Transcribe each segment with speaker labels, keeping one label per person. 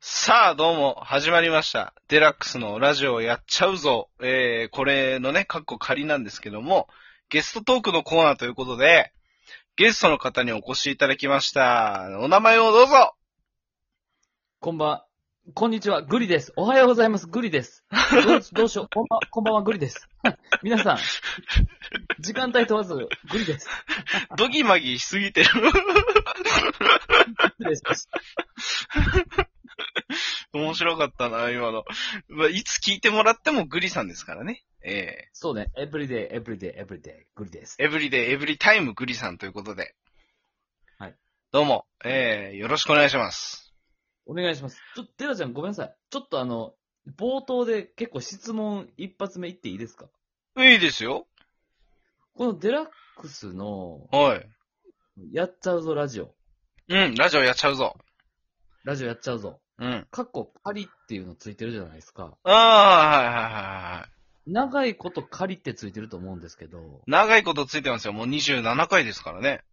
Speaker 1: さあ、どうも、始まりました。デラックスのラジオやっちゃうぞ。えー、これのね、カッコ仮なんですけども、ゲストトークのコーナーということで、ゲストの方にお越しいただきました。お名前をどうぞ
Speaker 2: こんばんは、こんにちは、グリです。おはようございます、グリです。どうどうしよう、こんばん、こんばんは、グリです。皆さん、時間帯問わず、グリです。
Speaker 1: ドギマギしすぎてる。
Speaker 2: 失礼しました
Speaker 1: 面白かったな、今の。まあいつ聞いてもらってもグリさんですからね。え
Speaker 2: そうね、エブリデイ、エブリデイ、エブリデイ、グリです。
Speaker 1: ー、エブリデイ、エブリタイムグリさんということで。
Speaker 2: はい。
Speaker 1: どうも、えー、よろしくお願いします。
Speaker 2: お願いします。ちょ、テラちゃんごめんなさい。ちょっとあの、冒頭で結構質問一発目言っていいですか
Speaker 1: いいですよ。
Speaker 2: このデラックスの、
Speaker 1: はい。
Speaker 2: やっちゃうぞラジオ。
Speaker 1: うん、ラジオやっちゃうぞ。
Speaker 2: ラジオやっちゃうぞ。
Speaker 1: うん。
Speaker 2: カッコ仮っていうのついてるじゃないですか。
Speaker 1: ああ、はいはいはいはい。
Speaker 2: 長いこと仮ってついてると思うんですけど。
Speaker 1: 長いことついてますよ。もう27回ですからね。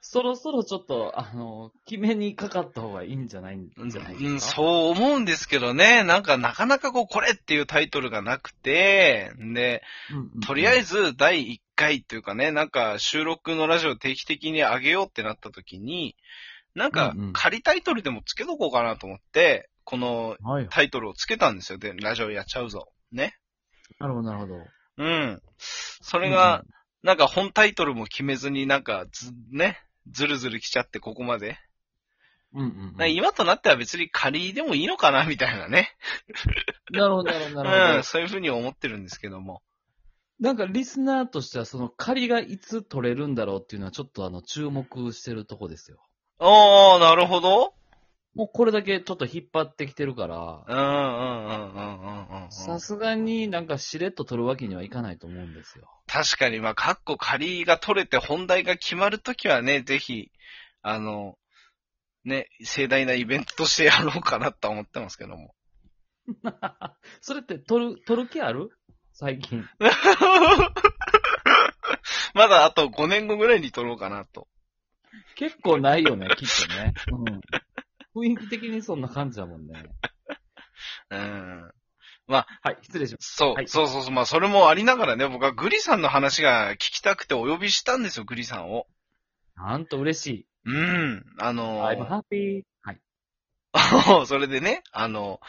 Speaker 2: そろそろちょっと、あの、決めにかかった方がいいんじゃないんじゃないですか。
Speaker 1: うん、そう思うんですけどね。なんかなかなかこう、これっていうタイトルがなくて、で、
Speaker 2: うんうんうん
Speaker 1: とりあえ。ず第1回っていうかね、なんか収録のラジオ定期的に上げようってなった時に、なんか
Speaker 2: うんうん
Speaker 1: 仮タイトルでもつけとこうかなと思って、この
Speaker 2: はい。
Speaker 1: タイトルをつけたんですよ。で、ラジオやっちゃうぞ。ね。
Speaker 2: なるほど、なるほど。
Speaker 1: うん。そ
Speaker 2: こ
Speaker 1: れが、、なんか本タイトルも決めずになんかず、ね、ずるずる来ちゃってここまで。
Speaker 2: うんうん、うん。
Speaker 1: なんか今となっては別に仮でもいいのかなみたいなね。
Speaker 2: なるほど、なるほど、なる
Speaker 1: う
Speaker 2: ほ
Speaker 1: ん、そういうふうに思ってるんですけども。
Speaker 2: ど。なんか、リスナーとしては、その、仮がいつ取れるんだろうっていうのは、ちょっと、あの、注目してるとこですよ。
Speaker 1: おー、なるほど。
Speaker 2: もう、これだけちょっと引っ張ってきてるから
Speaker 1: う、ん、うん、うん、うん、うんうん。
Speaker 2: さすがになんか、しれっと取るわけにはいかないと思うんですよ。
Speaker 1: 確かに、まあ、カッコ仮が取れて本題が決まるときはね、ぜひ、あの、ね、盛大なイベントとしてやろうかなとは思ってますけども。
Speaker 2: それって、取る、取る気ある最近。
Speaker 1: まだあと5年後ぐらいに取ろうかなと。
Speaker 2: 結構ないよね、きっとね。うん。雰囲気的にそんな感じだもんね。
Speaker 1: うん。
Speaker 2: はい、失礼しま
Speaker 1: そう、
Speaker 2: はい
Speaker 1: そうそうそう。まあ、それもありながらね、僕はグリさんの話が聞きたくてお呼びしたんですよ、グリさんを。
Speaker 2: す。なんと嬉しい。
Speaker 1: うん。あの
Speaker 2: I'm happy. はい。
Speaker 1: それでね、あの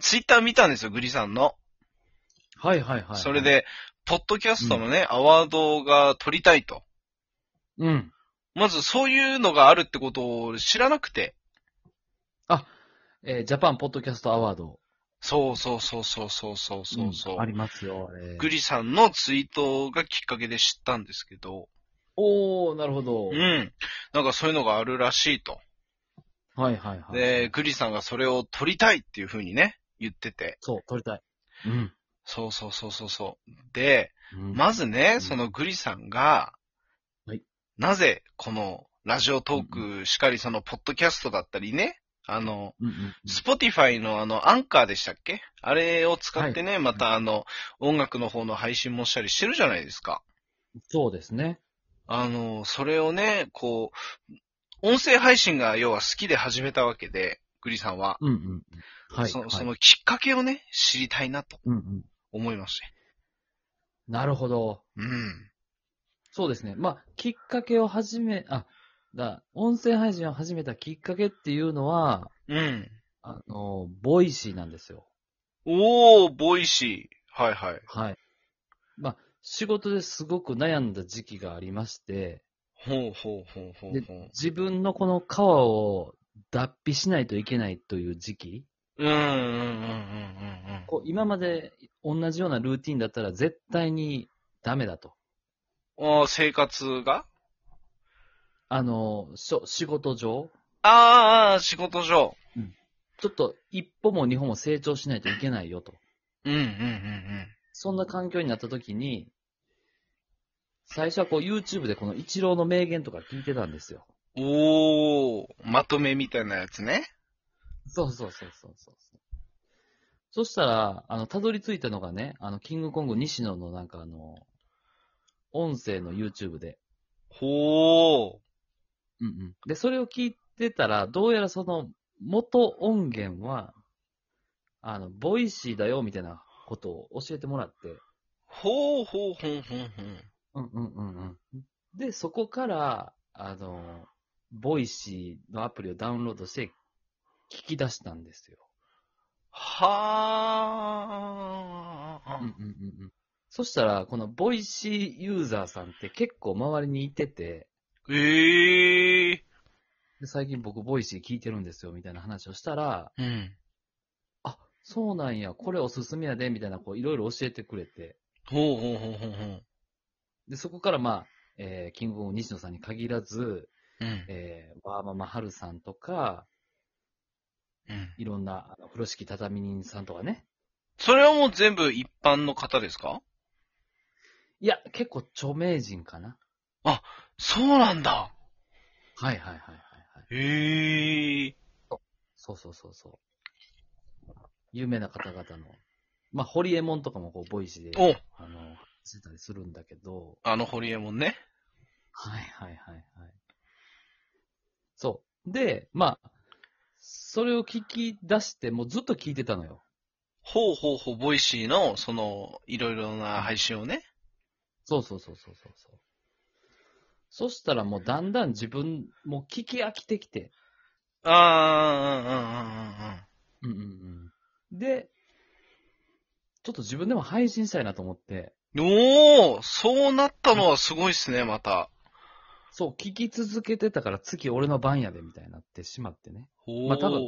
Speaker 1: ツイッター見たんですよ、グリさんの。
Speaker 2: はいはいはい。
Speaker 1: それ、で、ポッドキャストのね、アワードが取りたいと。
Speaker 2: うん。
Speaker 1: まず、そういうのがあるってことを知らなくて。
Speaker 2: えージャパンポッドキャストアワード。
Speaker 1: そうそうそうそうそうそうそうそう、
Speaker 2: んありますよ、あれ。
Speaker 1: グリさんのツイートがきっかけで知ったんですけど。
Speaker 2: おー、なるほど。
Speaker 1: うん。なんかそういうのがあるらしいと。
Speaker 2: はいはいはい。
Speaker 1: で、グリさんがそれを撮りたいっていう風にね、言ってて。
Speaker 2: そう、撮りたい。うん。
Speaker 1: そうそうそうそうそう。で、
Speaker 2: うん
Speaker 1: まずね、
Speaker 2: うん
Speaker 1: そのグリさんが、
Speaker 2: はい
Speaker 1: なぜこのラジオトークしかりそのポッドキャストだったりね、あの、
Speaker 2: うんうんうん
Speaker 1: スポティファイのあの、アンカーでしたっけあれを使ってね、またあの、音楽の方の配信もしたりしてるじゃないですか。
Speaker 2: そうですね。
Speaker 1: あの、それをね、こう、音声配信が要は好きで始めたわけで、グリさんは。
Speaker 2: うんうんうん。はい。
Speaker 1: その
Speaker 2: はい
Speaker 1: そ、のきっかけをね、知りたいなと
Speaker 2: うんうん。
Speaker 1: 思いまして。
Speaker 2: なるほど。
Speaker 1: うん。
Speaker 2: そうですね。まあ、きっかけを始め、あ、だ、音声配信を始めたきっかけっていうのは、
Speaker 1: うん。
Speaker 2: あの、ボイシーなんですよ。
Speaker 1: おー、ボイシー。はいはい。
Speaker 2: はい。まあ、仕事ですごく悩んだ時期がありまして、
Speaker 1: ほうほうほうほうほう。
Speaker 2: 自分のこの皮を脱皮しないといけないという時期、
Speaker 1: うんうんうんうんうん
Speaker 2: こう今まで同じようなルーティンだったら絶対にダメだと。
Speaker 1: うん。あー生活が
Speaker 2: あの、しょ仕事上、
Speaker 1: あーあー、仕事上。
Speaker 2: ちょっと一歩も二歩も成長しないといけないよと。
Speaker 1: うんうんうん
Speaker 2: そんな環境になった時に、最初はこう YouTube でこの一郎の名言とか聞いてたんですよ。
Speaker 1: うん。おー、まとめみたいなやつね。
Speaker 2: そうそうそうそうそうそう。そしたら、あの、たどり着いたのがね、あの、キングコング西野のなんかあの、音声の YouTube で。
Speaker 1: ほー。
Speaker 2: うんうん。で、それを聞いてたら、どうやらその、元音源は、あの、ボイシーだよ、みたいなことを教えてもらって、
Speaker 1: ほうほうほうほうほう。
Speaker 2: うんうんうんうん。で、そこから、あの、ボイシーのアプリをダウンロードして、聞き出したんですよ。
Speaker 1: は
Speaker 2: うんうん
Speaker 1: あ。
Speaker 2: うんうん。そしたら、このボイシーユーザーさんって結構周りにいてて、
Speaker 1: ええ
Speaker 2: で最近僕ボイシー聞いてるんですよ、みたいな話をしたら、
Speaker 1: うん。
Speaker 2: あ、そうなんや、これおすすめやで、みたいな、こう、いろいろ教えてくれて、
Speaker 1: ほうほうほうほうほう。
Speaker 2: で、そこからまあ、えーキングオブ西野さんに限らず、
Speaker 1: うん。
Speaker 2: えー、ワーママハルさんとか、
Speaker 1: うん。
Speaker 2: いろんな、あの風呂敷畳人さんとかね。
Speaker 1: それはもう全部一般の方ですか
Speaker 2: いや、結構著名人かな。
Speaker 1: そうなんだ。
Speaker 2: はいはいはいはい、はい。
Speaker 1: ええ
Speaker 2: そうそうそうそう。有名な方々の。まあ、ホリエモンとかもこう、ボイスで、
Speaker 1: お
Speaker 2: あの、してたりするんだけど、
Speaker 1: あのホリエモンね。
Speaker 2: はいはいはいはい。そう。で、まあ、それを聞き出して、もうずっと聞いてたのよ。
Speaker 1: ほうほうほう、ボイシーの、その、いろいろな配信をね。
Speaker 2: そうそうそうそうそうそう。そしたらもうだんだん自分、もう聞き飽きてきて。
Speaker 1: あ
Speaker 2: うんうんうん。で、ちょっと自分でも配信したいなと思って、
Speaker 1: ー、うん、うん、うん。おー、そうなったのはすごいっすね、また。
Speaker 2: そう、聞き続けてたから次俺の番やでみたいになってしまってね。
Speaker 1: ほ
Speaker 2: まあ多分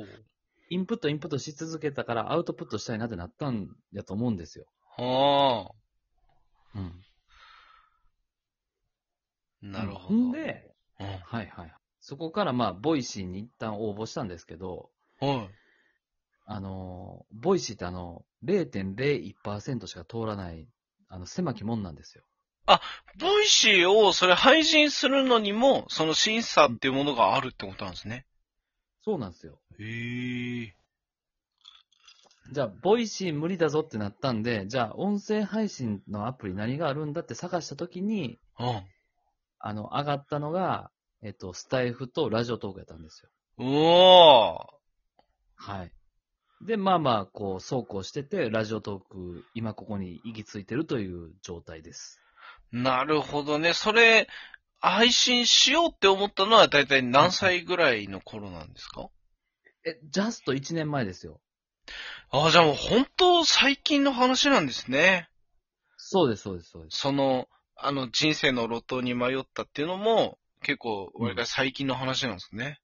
Speaker 2: インプットインプットし続けたからアウトプットしたいなってなったんやと思うんですよ。
Speaker 1: はあ
Speaker 2: うん。
Speaker 1: ー。なるほ
Speaker 2: う
Speaker 1: ど。
Speaker 2: んで、
Speaker 1: うん、
Speaker 2: はいはい。そこからまあ、ボイシーに一旦応募したんですけど、
Speaker 1: はい。
Speaker 2: あの、ボイシーってあの、0.01%しか通らない、あの、狭きもんなんですよ。
Speaker 1: ボイシーを、それ配信するのにも、その審査っていうものがあるってことなんですね。
Speaker 2: そうなんですよ。
Speaker 1: へえ。
Speaker 2: じゃあ、ボイシー無理だぞってなったんで、じゃあ、音声配信のアプリ何があるんだって探したときに、
Speaker 1: うん。
Speaker 2: あの、上がったのが、えっと、スタイフとラジオトークやったんですよ。
Speaker 1: おー。
Speaker 2: はい。で、まあまあ、こう、そうこうしてて、ラジオトーク、今ここに行き着いてるという状態です。
Speaker 1: なるほどね。それ、配信しようって思ったのは大体何歳ぐらいの頃なんですか
Speaker 2: え、ジャスト1年前ですよ。
Speaker 1: あ、じゃあもう本当最近の話なんですね。
Speaker 2: そうです、そうです、そうです。
Speaker 1: その、あの人生の路頭に迷ったっていうのも、結構、割かし最近の話なんですね。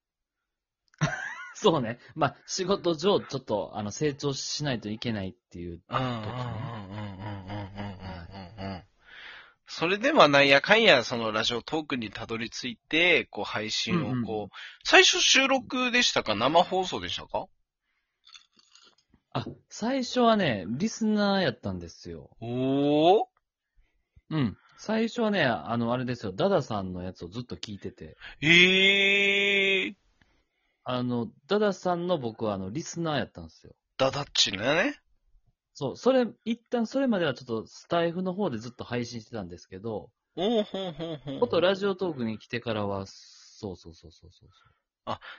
Speaker 2: そうね。まあ、仕事上、ちょっと、あの、成長しないといけないっていう。
Speaker 1: うん、うん、うん、うん、うん、うん、うん、うん。それでまあなんやかんや、そのラジオトークにたどり着いて、こう配信をこう、
Speaker 2: うんうん
Speaker 1: 最初収録でしたか生放送でしたか
Speaker 2: あ、最初はね、リスナーやったんですよ。
Speaker 1: おー
Speaker 2: うん。最初はね、あの、あれですよ、ダダさんのやつをずっと聞いてて、
Speaker 1: ええー、
Speaker 2: あの、ダダさんの僕は、あの、リスナーやったんですよ。
Speaker 1: ダダッチね。
Speaker 2: そう、それ、一旦それまではちょっとスタイフの方でずっと配信してたんですけど、
Speaker 1: おうほうほうほう。
Speaker 2: ことラジオトークに来てからは、そうそうそうそうそう。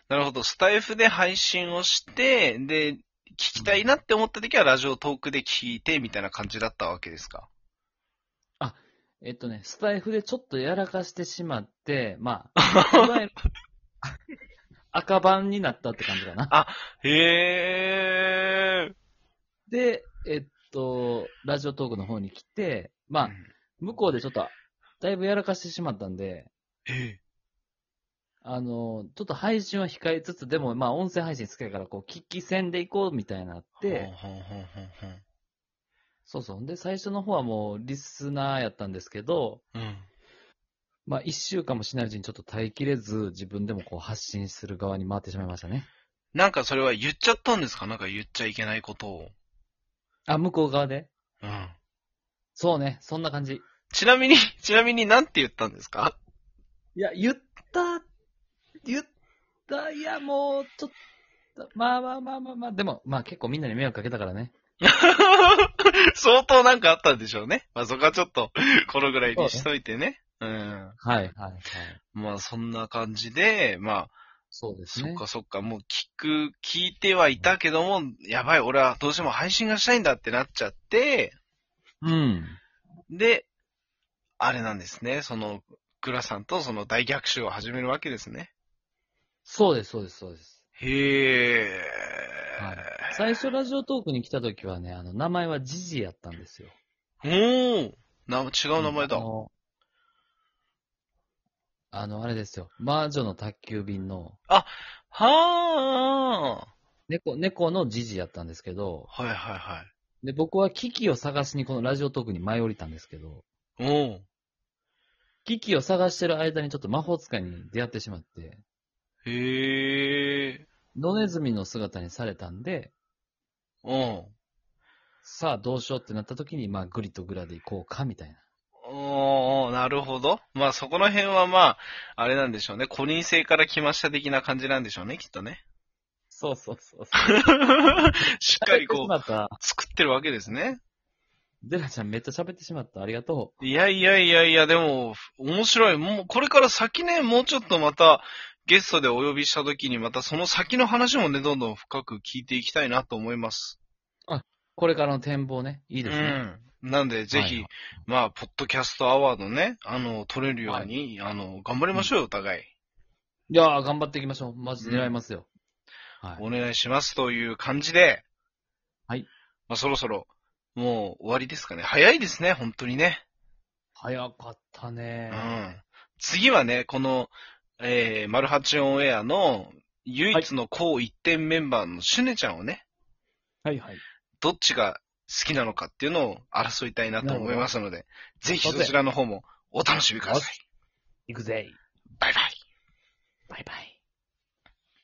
Speaker 1: なるほど。スタイフで配信をして、で、聞きたいなって思った時はラジオトークで聞いて、みたいな感じだったわけですか。
Speaker 2: えっとね、スタイフでちょっとやらかしてしまって、まあ、いわゆる赤番になったって感じかな。
Speaker 1: へえ。
Speaker 2: で、えっと、ラジオトークの方に来て、まあ、向こうでちょっと、だいぶやらかしてしまったんで、
Speaker 1: え
Speaker 2: あの、ちょっと配信は控えつつ、でもまあ音声配信好きだから、こう、聞き戦でいこうみたいになっ
Speaker 1: え。
Speaker 2: て、
Speaker 1: ほうほうほうほうほう
Speaker 2: そうそう。で、最初の方はもうリスナーやったんですけど、
Speaker 1: うん。
Speaker 2: まあ一週間もしないうちにちょっと耐えきれず、自分でもこう発信する側に回ってしまいましたね。
Speaker 1: なんかそれは言っちゃったんですかなんか言っちゃいけないことを。
Speaker 2: あ、向こう側で
Speaker 1: うん。
Speaker 2: そうね、そんな感じ。
Speaker 1: ちなみに、 ちなみになんて言ったんですか
Speaker 2: いや、言った、言った、いや、もう、ちょっと、まあまあまあまあまあ、でも、まあ結構みんなに迷惑かけたからね。
Speaker 1: 相当なんかあったんでしょうね。まあそこはちょっと、このぐらいにしといてね。うん。
Speaker 2: はい、はい、はい。
Speaker 1: まあそんな感じで、まあ、
Speaker 2: そうです
Speaker 1: そっ
Speaker 2: ね。
Speaker 1: かそっか、もう聞く、聞いてはいたけども、やばい、俺はどうしても配信がしたいんだってなっちゃって、
Speaker 2: うん。
Speaker 1: で、あれなんですね、その、グラさんとその大逆襲を始めるわけですね。
Speaker 2: そうです、そうです、そうです。
Speaker 1: へえ。
Speaker 2: はい最初ラジオトークに来た時はね、あの、名前はジジやったんですよ。
Speaker 1: おーな、違う名前だ。
Speaker 2: あの、あのあれですよ。魔女の宅急便の
Speaker 1: は
Speaker 2: 猫、猫のジジやったんですけど、
Speaker 1: あ。はいは
Speaker 2: で、僕はキキを探しにこのラジオトークに舞い降りたんですけど、
Speaker 1: いはい。おう
Speaker 2: キキを探してる間にちょっと魔法使いに出会ってしまって、
Speaker 1: へえ。
Speaker 2: 野ネズミの姿にされたんで、
Speaker 1: うん。
Speaker 2: さあどうしようってなった時に、まあグリとグラで行こうか、みたいな。
Speaker 1: おー、なるほど。まあそこの辺はまあ、あれなんでしょうね。古人性から来ました的な感じなんでしょうね、きっと ね。
Speaker 2: そうそうそう。し
Speaker 1: しっかりこ
Speaker 2: まった。
Speaker 1: う、作ってるわけですね。
Speaker 2: デラちゃんめっちゃ喋ってしまった。ありがと
Speaker 1: いやいやいやいや、でも、面白い。もう、これから先ね、もうちょっとまた、ゲストでお呼びした時にまたその先の話もね、どんどん深く聞いていきたいなと思います。
Speaker 2: う。これからの展望ね。いいですね。
Speaker 1: うん。なんで、ぜひ、
Speaker 2: はい
Speaker 1: まあ、ポッドキャストアワードね、あの、取れるように、あの、頑張りましょうよ、お互い。
Speaker 2: いやー、頑張っていきましょう。マジで狙いますよ。はい。
Speaker 1: お願いしますという感じで。
Speaker 2: はい。
Speaker 1: まあ、そろそろ、もう終わりですかね。早いですね、本当にね。
Speaker 2: 早かった
Speaker 1: う
Speaker 2: ね。
Speaker 1: ん。次はね、この、えー、マルハチオンエアの唯一の高一点メンバーのシュネちゃんをね、
Speaker 2: はいはい。
Speaker 1: どっちが好きなのかっていうのを争いたいなと思いますので、ぜひそちらの方もお楽しみください。
Speaker 2: 行くぜ。
Speaker 1: バイバイ。
Speaker 2: バイバイ。